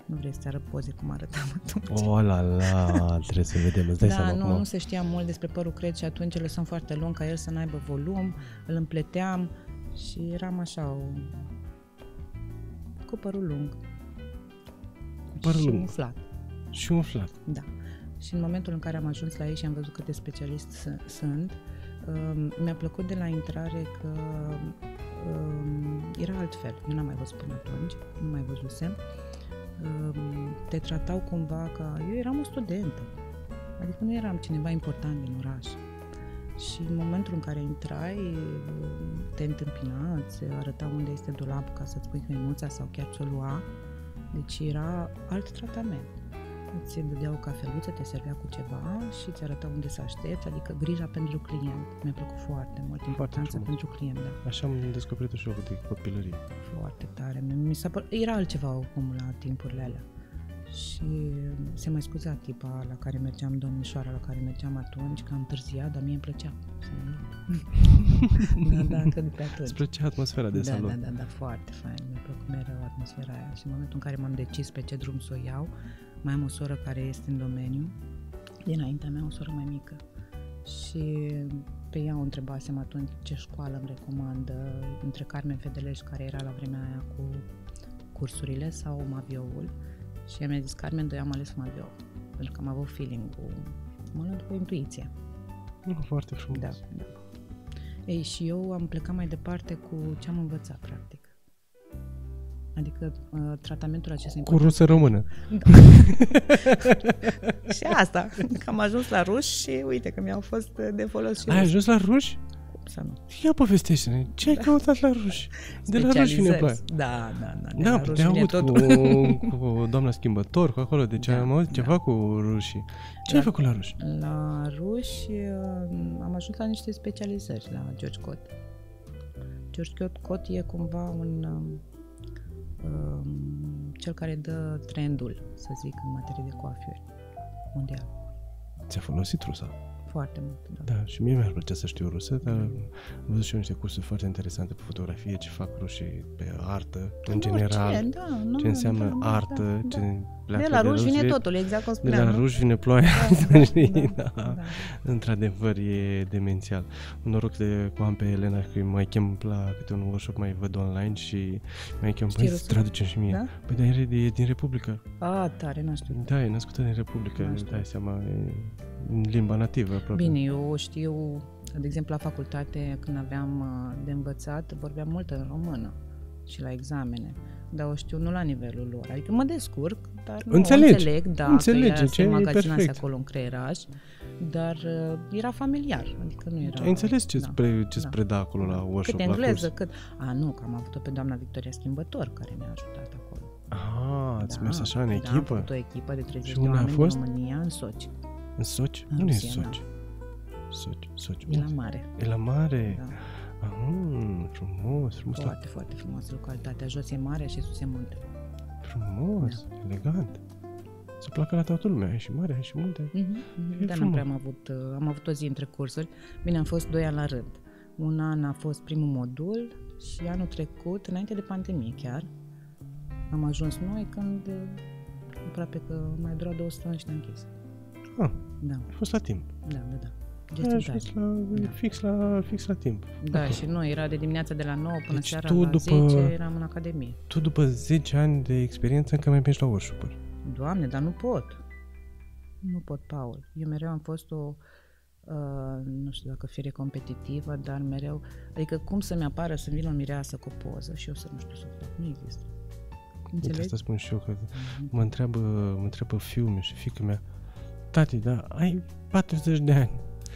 B: nu vrei să arăt poze cum arătam atunci.
A: O Oh la la, trebuie să vedem, îți dai
B: da,
A: seama
B: nu,
A: acum.
B: nu se știa mult despre părul cred și atunci îl lăsam foarte lung ca el să n-aibă volum, îl împleteam și eram așa o... cu părul lung. Cu
A: părul
B: și
A: lung.
B: umflat,
A: Și umflat.
B: da. Și în momentul în care am ajuns la ei și am văzut cât de specialist s- sunt, um, mi-a plăcut de la intrare că um, era altfel. Eu n-am mai văzut până atunci, nu mai văzusem. Um, Te tratau cumva ca... Eu eram o studentă. Adică nu eram cineva important din oraș. Și în momentul în care intrai, te întâmpina, îți arăta unde este dulapul ca să-ți pui hăinuța sau chiar ți-o lua. Deci era alt tratament. Îți dădeau o cafeluță, te servea cu ceva și îți arăta unde să aștepți, adică grija pentru client. Mi-a plăcut foarte mult importanța
A: frumos.
B: pentru client, da.
A: Așa am descoperit și eu de copilărie.
B: Foarte tare. Mi- Mi s-a păr... Era altceva acum la timpurile alea. Și um, se mai scuza tipa la care mergeam, domnișoara la care mergeam atunci, că am întârziat, dar mie îmi plăcea să mă uit. da, da, încă de pe atunci.
A: Îți plăcea atmosfera de
B: da,
A: salon.
B: da, da, da, foarte fain. Mi-a plăcut mereu atmosfera aia. Și în momentul în care m-am decis pe ce drum să o iau, mai am o soră care este în domeniu, dinaintea mea, o soră mai mică. Și pe ea o întrebasem atunci ce școală îmi recomandă, între Carmen Fedelești, care era la vremea aia cu cursurile, sau Mavioul. Și ea mi-a zis, Carmen, doi am ales Mavioul, pentru că am avut feeling-ul, mă luat cu intuiția.
A: Nu, foarte frumos.
B: Da, da. Ei, și eu am plecat mai departe cu ce am învățat, practic. Adică uh, tratamentul acesta
A: Cu rusă română.
B: Și asta, că am ajuns la ruși și uite că mi-au fost uh, de folos și
A: Ai
B: ruși.
A: ajuns la ruși?
B: Cum să nu?
A: Ia povestește-ne, ce ai
B: Da.
A: căutat la ruși? De la ruși vine ploaia.
B: Specializări. Da, da, da. De
A: Da,
B: la
A: te
B: ruși vine
A: aud
B: tot.
A: cu, cu doamna schimbător, cu acolo, deci
B: Da,
A: am auzit
B: da.
A: ceva cu rușii. Ce ai
B: Da.
A: făcut la ruși?
B: La ruși uh, am ajuns la niște specializări la George Cot. George Cot, Cot e cumva un um, um, cel care dă trendul, să zic, în materie de coafiuri mondial.
A: Ți-a folosit rusa?
B: Foarte mult, da.
A: Da, și mie mi-ar plăcea să știu rusă, dar am văzut și eu niște cursuri foarte interesante pe fotografie, ce fac rușii pe artă, în general,
B: Orice, da, nu,
A: ce înseamnă
B: da,
A: artă,
B: da,
A: ce
B: da.
A: pleacă
B: De la ruși vine
A: ruși,
B: totul, exact cum
A: De
B: spuneam.
A: la
B: nu?
A: ruși vine ploaia.
B: Da, da, da,
A: Da. Într-adevăr, e demențial. Un noroc de cu am pe Elena, că mai chem la câte un workshop, mai văd online și mai chem,
B: Știi
A: păi
B: rusă?
A: să traducem și mie.
B: Da?
A: Păi, dar e, e din Republică.
B: da. A, tare, nu știu.
A: Da, e născută din Republică,
B: Nu
A: îți
B: știu.
A: dai seama, e în limba nativă aproape.
B: Bine, eu știu, de exemplu, la facultate, când aveam uh, de învățat, vorbeam mult în română și la examene. Dar o știu nu la nivelul lor. Adică mă descurc, dar nu
A: Înțelegi.
B: înțeleg, da,
A: Înțelegi,
B: că era, se
A: ce e
B: magazinase
A: perfect.
B: acolo în creieraș, dar uh, era familiar, adică nu era...
A: Ai înțeles ce-ți,
B: da.
A: pre, ce-ți
B: da.
A: preda acolo la workshop,
B: Cât
A: la
B: engleză,
A: curs?
B: cât... A, nu, că am avut-o pe doamna Victoria Schimbător, care ne-a ajutat acolo.
A: Ah, ați mers așa în
B: Da, am
A: echipă?
B: făcut o echipă de 30
A: Și
B: de
A: unde a
B: oameni
A: fost?
B: din România, în Soci,
A: În Soci?
B: În
A: Unde e
B: Rusia, da.
A: Soci? Soci, Soci.
B: e la
A: unde?
B: mare.
A: E la mare.
B: Da.
A: Ah, mm, frumos, frumos, la
B: Foarte, foarte frumoasă localitatea. Jos e mare și sus e munte.
A: da, Frumos,
B: Da.
A: elegant. Să placă la toată lumea, e și mare, e și multe. E
B: Dar
A: frumos.
B: nu prea am avut, uh, am avut o zi între cursuri. Bine, am fost doi ani la rând. Un an a fost primul modul și anul trecut, înainte de pandemie chiar, am ajuns noi când uh, aproape că mai dura două săptămâni și ne-am închis.
A: Ah,
B: Da,
A: a fost la timp.
B: da, da, da.
A: Ai
B: Just in time.
A: ajuns la,
B: Da.
A: fix, la, fix la timp.
B: Da, și nu, era de dimineața de la 9 până
A: Deci
B: seara
A: tu
B: la
A: după-
B: 10 eram în academie.
A: Tu după 10 ani de experiență încă mai mergi la workshop
B: Doamne, dar nu pot. Nu pot, Paul. Eu mereu am fost o, uh, nu știu dacă fire competitivă, dar mereu, adică cum să-mi apară să-mi vină o mireasă cu o poză și eu să nu știu să o fac. Nu există.
A: De Deci
B: Înțelegi? Mm-hmm.
A: asta spun și eu că mă întreabă, mă întreabă fiul meu și fiica mea Tati, da, ai 40 de ani.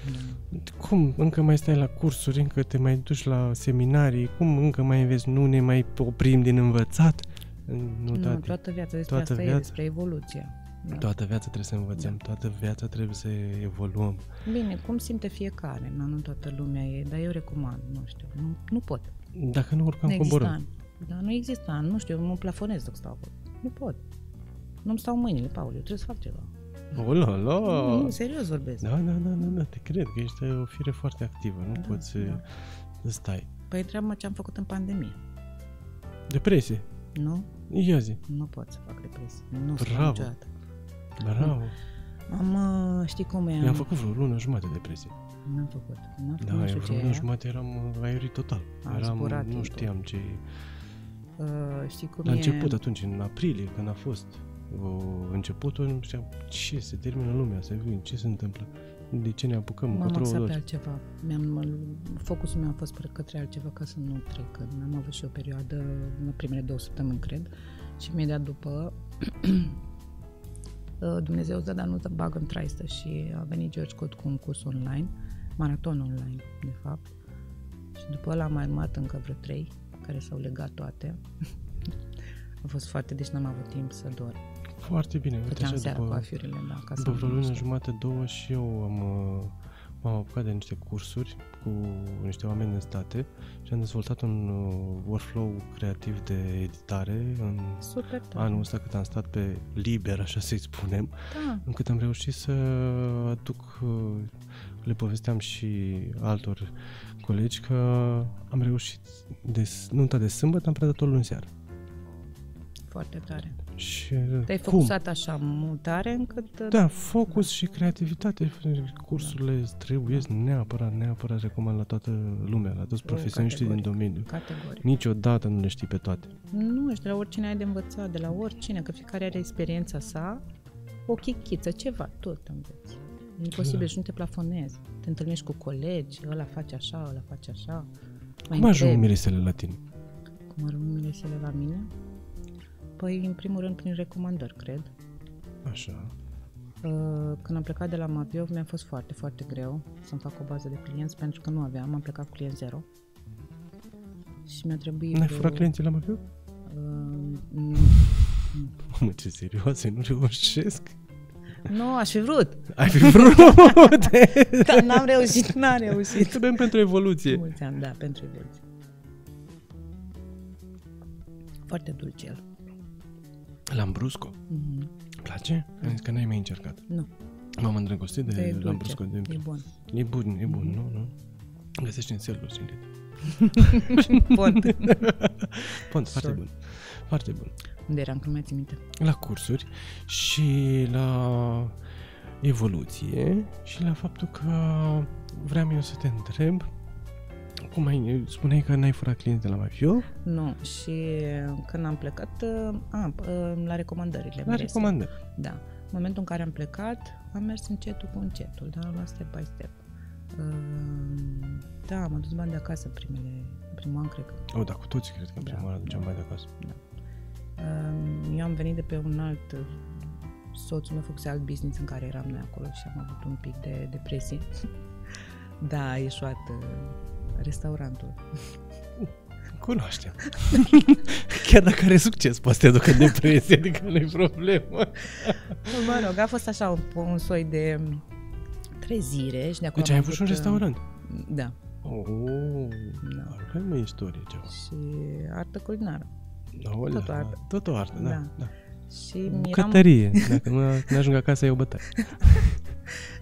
B: Mm-hmm.
A: Cum încă mai stai la cursuri, încă te mai duci la seminarii, cum încă mai înveți, nu ne mai oprim din învățat? Nu,
B: Nu,
A: tati.
B: toată viața despre
A: Toată
B: asta
A: viața.
B: e, despre evoluție. Da.
A: Toată viața trebuie să învățăm, toată viața trebuie să evoluăm.
B: Bine, cum simte fiecare, na, nu toată lumea e, dar eu recomand, nu știu, nu, nu pot.
A: Dacă nu, oricum
B: nu există
A: coborăm.
B: an. Da, nu există an, nu știu, eu mă plafonez dacă stau acolo. Nu pot. Nu-mi stau mâinile, Paul, eu trebuie să fac ceva.
A: Ololo!
B: Nu, nu, Mm, serios vorbesc.
A: Da, da, da, da, da, te cred că ești o fire foarte activă, nu
B: Da,
A: poți să
B: da.
A: să stai.
B: Păi întreabă ce am făcut în pandemie.
A: Depresie,
B: Nu,
A: ia zi,
B: nu pot să fac depresie. Nu
A: Bravo.
B: Bravo. niciodată.
A: bravo,
B: Mm. Am, uh, știi cum e?
A: mi-am făcut vreo lună jumate depresie.
B: N-am făcut. N-am făcut,
A: Da,
B: nu
A: eu
B: știu
A: vreo
B: ce
A: lună
B: e.
A: jumate eram uh, aiurit total.
B: Am
A: eram,
B: zburat
A: nu
B: eu
A: știam ce...
B: Uh, știi cum
A: La
B: e?
A: început, atunci, în aprilie, când a fost uh, începutul, nu știam ce se termină lumea, să vin, ce se întâmplă, de ce ne apucăm,
B: M-am
A: încotro o
B: axat pe
A: luați.
B: altceva. Mi-am, focusul meu a fost pe către altceva ca să nu trec. N- Am avut și o perioadă, în primele două săptămâni, cred, și imediat după uh, Dumnezeu îți dă, dar nu te bagă în traistă și a venit George Cot cu un curs online, maraton online, de fapt. Și după ăla am mai urmat încă vreo trei, care s-au legat toate. a fost foarte, deci n-am avut timp să dorm.
A: Foarte bine, uite
B: Făceam
A: așa,
B: seara cu
A: după,
B: afiurile, da, ca să
A: După vreo
B: nu
A: lună
B: știu.
A: jumate, două și eu am, uh, m-am apucat de niște cursuri cu niște oameni din state și am dezvoltat un uh, workflow creativ de editare în
B: Super tare.
A: anul ăsta cât am stat pe liber, așa să-i spunem,
B: Da.
A: încât am reușit să aduc, uh, le povesteam și altor colegi că am reușit de s- nunta de sâmbătă, am predat-o luni seara.
B: Foarte tare.
A: Și uh,
B: Te-ai
A: cum?
B: focusat așa mult tare încât... uh,
A: Da, focus și creativitate. Cursurile trebuie neapărat, neapărat recomand la toată lumea, la toți profesioniștii din
B: categoric.
A: domeniu.
B: Categoric.
A: Niciodată nu le știi pe toate.
B: Nu, ești de la oricine ai de învățat, de la oricine, că fiecare are experiența sa, o chichiță, ceva, tot înveți. E imposibil și nu te plafonezi. Te întâlnești cu colegi, ăla face așa, ăla face așa. Mai
A: Cum ajung
B: întrebi,
A: miresele la tine?
B: Cum ajung miresele la mine? Păi, în primul rând, prin recomandări, cred.
A: Așa.
B: Uh, Când am plecat de la Maviov, mi-a fost foarte, foarte greu să-mi fac o bază de clienți, pentru că nu aveam, am plecat cu client zero. Și mi-a trebuit...
A: N-ai
B: vreo-
A: furat clienții la mafiu?
B: Uh, mm,
A: Mamă, ce serioase, nu reușesc.
B: nu, aș fi vrut,
A: Ai fi vrut!
B: dar n-am reușit, n-am reușit.
A: Trebuie pentru evoluție.
B: Mulți ani, da, pentru evoluție. Foarte dulce el.
A: Lambrusco.
B: Mm-hmm.
A: Îmi place? Ai zis că n-ai mai încercat.
B: Nu,
A: M-am îndrăgostit
B: e
A: de
B: dulce,
A: Lambrusco. De...
B: e bun.
A: E bun, e bun, nu, nu? Găsești în selul, singur.
B: bun.
A: Bun, foarte
B: Sure.
A: bun. Foarte bun.
B: Unde eram, că nu mai țin minte.
A: la cursuri și la evoluție și la faptul că vreau eu să te întreb cum ai, spuneai că n-ai furat cliente la Mafio,
B: Nu, și când am plecat, uh, a, p- uh, la recomandările.
A: la
B: mereu.
A: recomandă.
B: Da. În momentul în care am plecat, am mers încetul cu încetul, dar am luat step by step. Uh, Da, am adus bani de acasă primele, primul an, cred că.
A: Oh, da, cu toți cred că în
B: Da.
A: prima oară duceam mai de acasă.
B: Uh, Eu am venit de pe un alt, uh, soțul meu făcuse alt business în care eram noi acolo și am avut un pic de depresie. da, a ieșuat uh, restaurantul.
A: Cunoaștem. Chiar dacă are succes, poate să te ducă în depresie, adică nu-i problemă.
B: Mă rog, a fost așa un, un soi de um, trezire și de acolo
A: Deci
B: am
A: ai avut și un
B: uh,
A: restaurant.
B: Da,
A: Oh,
B: Da.
A: da. avem o istorie ceva.
B: și artă culinară.
A: Olea,
B: Tot o artă.
A: Tot o artă, da. da.
B: Da.
A: da.
B: Și eram,
A: Bucătărie. Dacă nu nu ajung acasă, eu bătaie.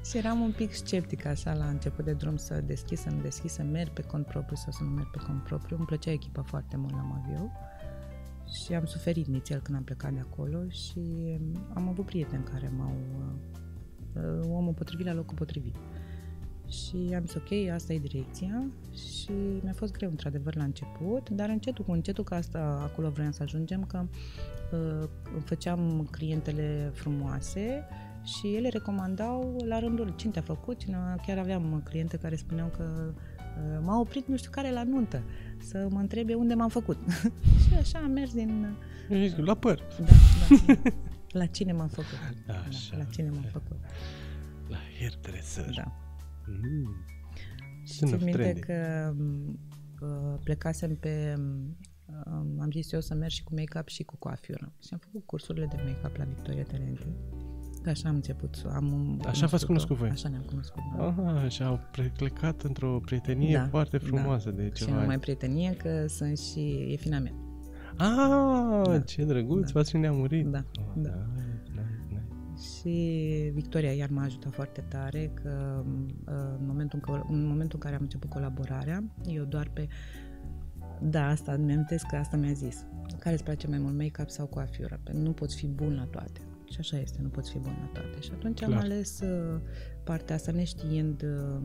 B: și eram un pic sceptic așa la început de drum să deschid, să nu deschid, să merg pe cont propriu sau să nu merg pe cont propriu. Îmi plăcea echipa foarte mult la Maviu și am suferit nițel când am plecat de acolo și am avut prieteni care m-au... uh, omul potrivit la locul potrivit. Și am zis, ok, asta e direcția și mi-a fost greu într-adevăr la început, dar încetul cu încetul, că asta acolo vreau să ajungem, că uh, îmi făceam clientele frumoase și ele recomandau la rândul cine te-a făcut, cine a- chiar aveam cliente care spuneau că uh, m-a oprit nu știu care la nuntă să mă întrebe unde m-am făcut. și așa am mers din...
A: La păr.
B: Da, da, da. La cine m-am făcut.
A: Așa.
B: Da, la cine m-am făcut.
A: La hairdresser.
B: Da.
A: Mm.
B: Și
A: Sună
B: țin minte
A: trendy.
B: că m, uh, plecasem pe... m, um, Am zis eu să merg și cu make-up și cu coafiură. Și am făcut cursurile de make-up la Victoria Talenti. Așa am început. să- Am
A: Așa v-ați cunoscut voi? Oh.
B: Așa ne-am cunoscut. da.
A: Aha, Ah, și au pleclecat într-o prietenie
B: Da,
A: foarte
B: da.
A: frumoasă de
B: Și
A: ceva.
B: nu mai prietenie că sunt și e fina mea.
A: Ah,
B: Da.
A: ce drăguț,
B: Da.
A: v-ați fi neamurit.
B: Da.
A: Ah, da.
B: da.
A: nice, nice, nice.
B: Și Victoria iar m-a ajutat foarte tare că uh, în momentul în, că, în momentul în care am început colaborarea, eu doar pe... Da, asta, îmi amintesc că asta mi-a zis. Care îți place mai mult, make-up sau coafură? Pentru că nu poți fi bun la toate. Și așa este, nu poți fi bun la toate. Și atunci Clar.
A: Clar.
B: am ales uh, partea asta neștiind uh,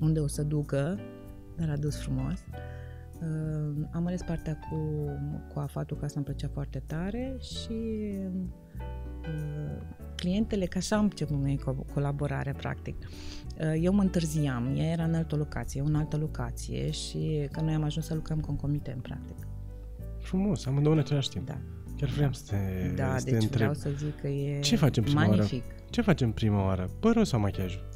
B: unde o să ducă, dar a dus frumos. Uh, am ales partea cu, cu afatul, că asta îmi plăcea foarte tare și uh, clientele, că așa am început noi co- colaborarea, practic. Uh, Eu mă întârziam, ea era în altă locație, eu în altă locație și că noi am ajuns să lucrăm concomitent, practic.
A: Frumos, amândouă în același timp.
B: Da,
A: Chiar vreau să te,
B: da
A: să te
B: deci
A: întreb.
B: vreau să zic că e
A: Ce facem prima oară?
B: magnific.
A: Ce facem prima oară? Părul sau machiajul?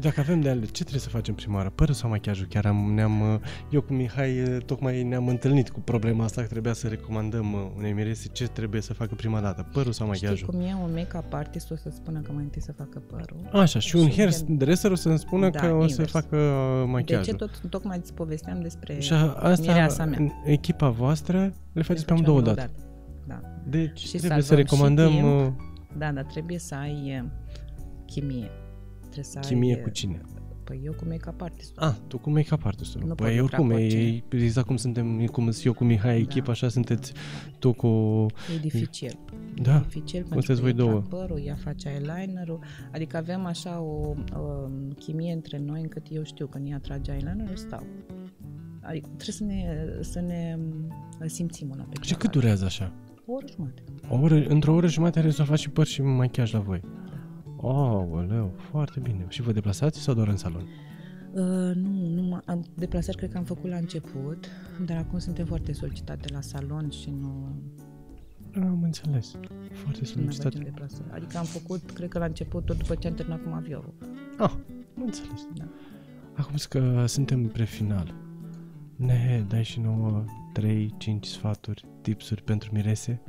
A: Dacă avem de ale, ce trebuie să facem prima oară? Părul sau machiajul? Chiar am, ne-am, uh, eu cu Mihai uh, tocmai ne-am întâlnit cu problema asta că trebuia să recomandăm uh, unei mirese ce trebuie să facă prima dată, părul sau
B: Știi
A: machiajul.
B: cum e un make-up artist o să spună că mai întâi să facă părul?
A: Așa, și un
B: Și
A: hairdresser o să-mi spună
B: Da,
A: că o să
B: invers.
A: facă uh,
B: De ce
A: machiajul.
B: tot, tocmai îți povesteam despre
A: și a-
B: mireasa
A: asta,
B: mea.
A: în echipa voastră, le faceți pe
B: Deci
A: amândouă
B: facem
A: dată.
B: Da.
A: Deci
B: Și
A: trebuie să
B: salvăm și
A: recomandăm
B: timp.
A: uh,
B: da, dar trebuie să ai e, chimie. Trebuie să
A: chimie
B: ai,
A: cu cine.
B: Păi eu cu make-up artist.
A: Ah, tu cu make-up artistul.
B: Nu pot
A: Păi
B: lucra
A: oricum,
B: cu
A: e,
B: oricine.
A: exact cum suntem, cum sunt eu cu Mihai
B: Da.
A: echipa, așa sunteți tu cu...
B: E dificil.
A: Da,
B: dificil
A: sunteți
B: pentru că
A: voi
B: eu
A: două.
B: fac părul, ea face eyelinerul. Adică avem așa o, o chimie între noi încât eu știu când ea trage eyelinerul, eu stau. Adică trebuie să ne, să ne simțim una pe
A: și cât
B: cealaltă.
A: durează așa?
B: O oră jumătate.
A: O oră, într-o oră jumătate rezolvați și păr și machiaj la voi.
B: Da.
A: Oh, leu, foarte bine. Și vă deplasați sau doar în salon?
B: Uh, nu, nu m- am deplasări cred că am făcut la început, dar acum suntem foarte solicitate la salon și nu,
A: Am înțeles. Foarte
B: nu mai facem
A: solicitat.
B: deplasări. Adică am făcut, cred că la început, tot după ce am terminat cu avionul.
A: Ah, am înțeles.
B: Da.
A: Acum zic că suntem pre final. Ne dai și nouă 3-5 sfaturi, tipsuri pentru mirese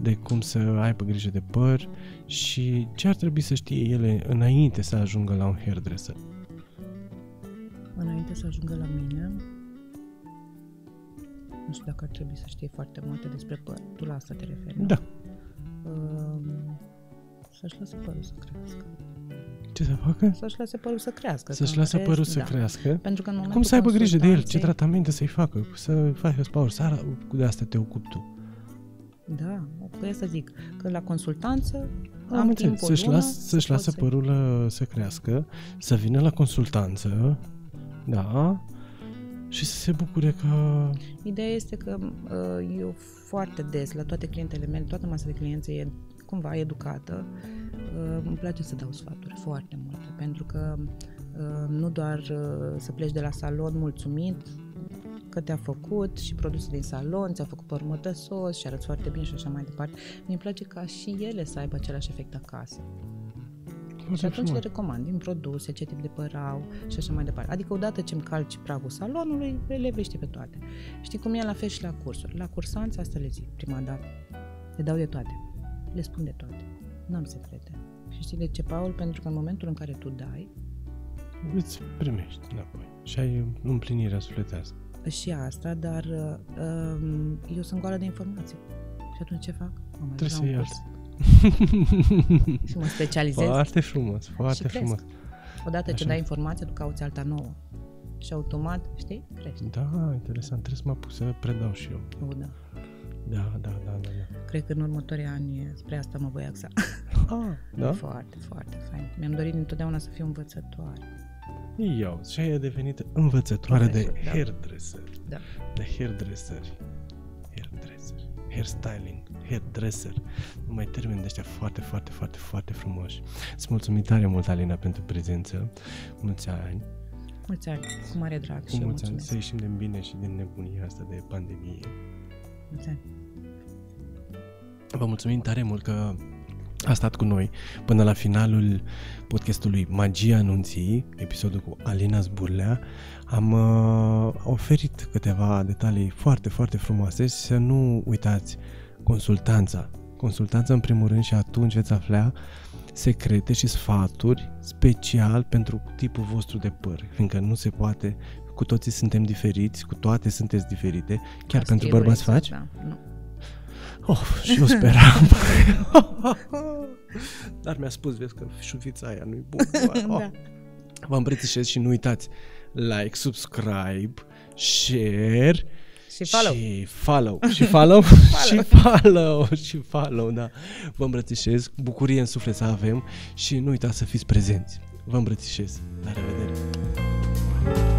A: de cum să aibă grijă de păr și ce ar trebui să știe ele înainte să ajungă la un hairdresser.
B: Înainte să ajungă la mine, nu știu dacă ar trebui să știi foarte multe despre păr. Tu la asta te referi, nu?
A: Da,
B: Uh, să-și lase părul să crească.
A: ce să facă?
B: Să-și lase părul să da. crească.
A: Să-și
B: că
A: lasă
B: în
A: părul
B: rest,
A: să crească.
B: Pentru că
A: Cum
B: în momentul
A: să aibă grijă de el? Ce
B: consultanței-
A: tratamente să-i facă? Să facă spa să ara, cu de asta te ocupi tu.
B: Da, păi asta zic, că la consultanță am,
A: Am
B: am
A: înțeles.
B: timp o
A: Să-și,
B: lună,
A: las, să-și
B: pot
A: lasă
B: să-
A: părul uh, să crească, să vină la consultanță, da, și să se bucure că...
B: Ideea este că uh, eu foarte des, la toate clientele mele, toată masa de clienți e cumva educată. Uh, Îmi place să dau sfaturi foarte multe, pentru că uh, nu doar uh, să pleci de la salon mulțumit că te-a făcut și produse din salon, ți-a făcut părmă de sos și arăți foarte bine și așa mai departe. Mi-e place ca și ele să aibă același efect acasă. Și
A: Foarte
B: atunci le
A: frumos.
B: recomand din produse, ce tip de păr au și așa mai departe. Adică odată ce îmi calci pragul salonului, le vești pe toate. Știi cum e la fel și la cursuri. La cursanți asta le zic prima dată. Le dau de toate. Le spun de toate. N-am secrete. Și știi de ce, Paul? Pentru că în momentul în care tu dai,
A: Îți primești înapoi și ai împlinirea sufletească.
B: și asta, dar uh, um, eu sunt goală de informații. Și atunci ce fac? Mă
A: Trebuie
B: mai duc la
A: să
B: un
A: iei
B: curs Și mă specializez.
A: Foarte frumos, foarte
B: cresc.
A: frumos.
B: Odată ce
A: Așa.
B: dai informație, tu cauți alta nouă. Și automat, știi, crești.
A: Da, interesant. Trebuie să mă apuc să predau și eu.
B: Oh, da.
A: Da, da, da, da. da.
B: Cred că în următorii ani spre asta mă voi axa.
A: Ah, da?
B: Foarte, foarte fain. Mi-am dorit întotdeauna să fiu învățătoare.
A: Iau, și ai devenit învățătoare de
B: Da.
A: hairdresser.
B: Da.
A: De hairdresser. Hairdresser. Hairstyling. Hairdresser. Numai termeni de ăștia foarte, foarte, foarte, foarte frumoși. Îți mulțumim tare mult, Alina, pentru prezență. Mulți ani.
B: Mulți ani, cu mare drag
A: Cu
B: și eu
A: mulți ani
B: mulțumesc.
A: să ieșim de bine și din nebunia asta de pandemie.
B: Mulți ani.
A: Vă mulțumim tare mult că a stat cu noi până la finalul podcastului Magia Anunții, episodul cu Alina Zburlea. Am uh, oferit câteva detalii foarte, foarte frumoase și să nu uitați consultanța Consultanță în primul rând și atunci veți afla secrete și sfaturi special pentru tipul vostru de păr, fiindcă nu se poate, cu toții suntem diferiți, cu toate sunteți diferite, chiar
B: Asta
A: pentru
B: e
A: bărbați
B: băieți,
A: faci?
B: Da, nu.
A: Of, Oh, și eu speram. Dar mi-a spus, vezi că șuvița aia nu-i bună. Oh.
B: Da.
A: Vă îmbrățișez și nu uitați like, subscribe, share
B: Și follow.
A: și follow, și follow, și follow, și follow, da. Vă îmbrățișez, bucurie în suflet să avem și nu uitați să fiți prezenți. Vă îmbrățișez. La revedere! Bye.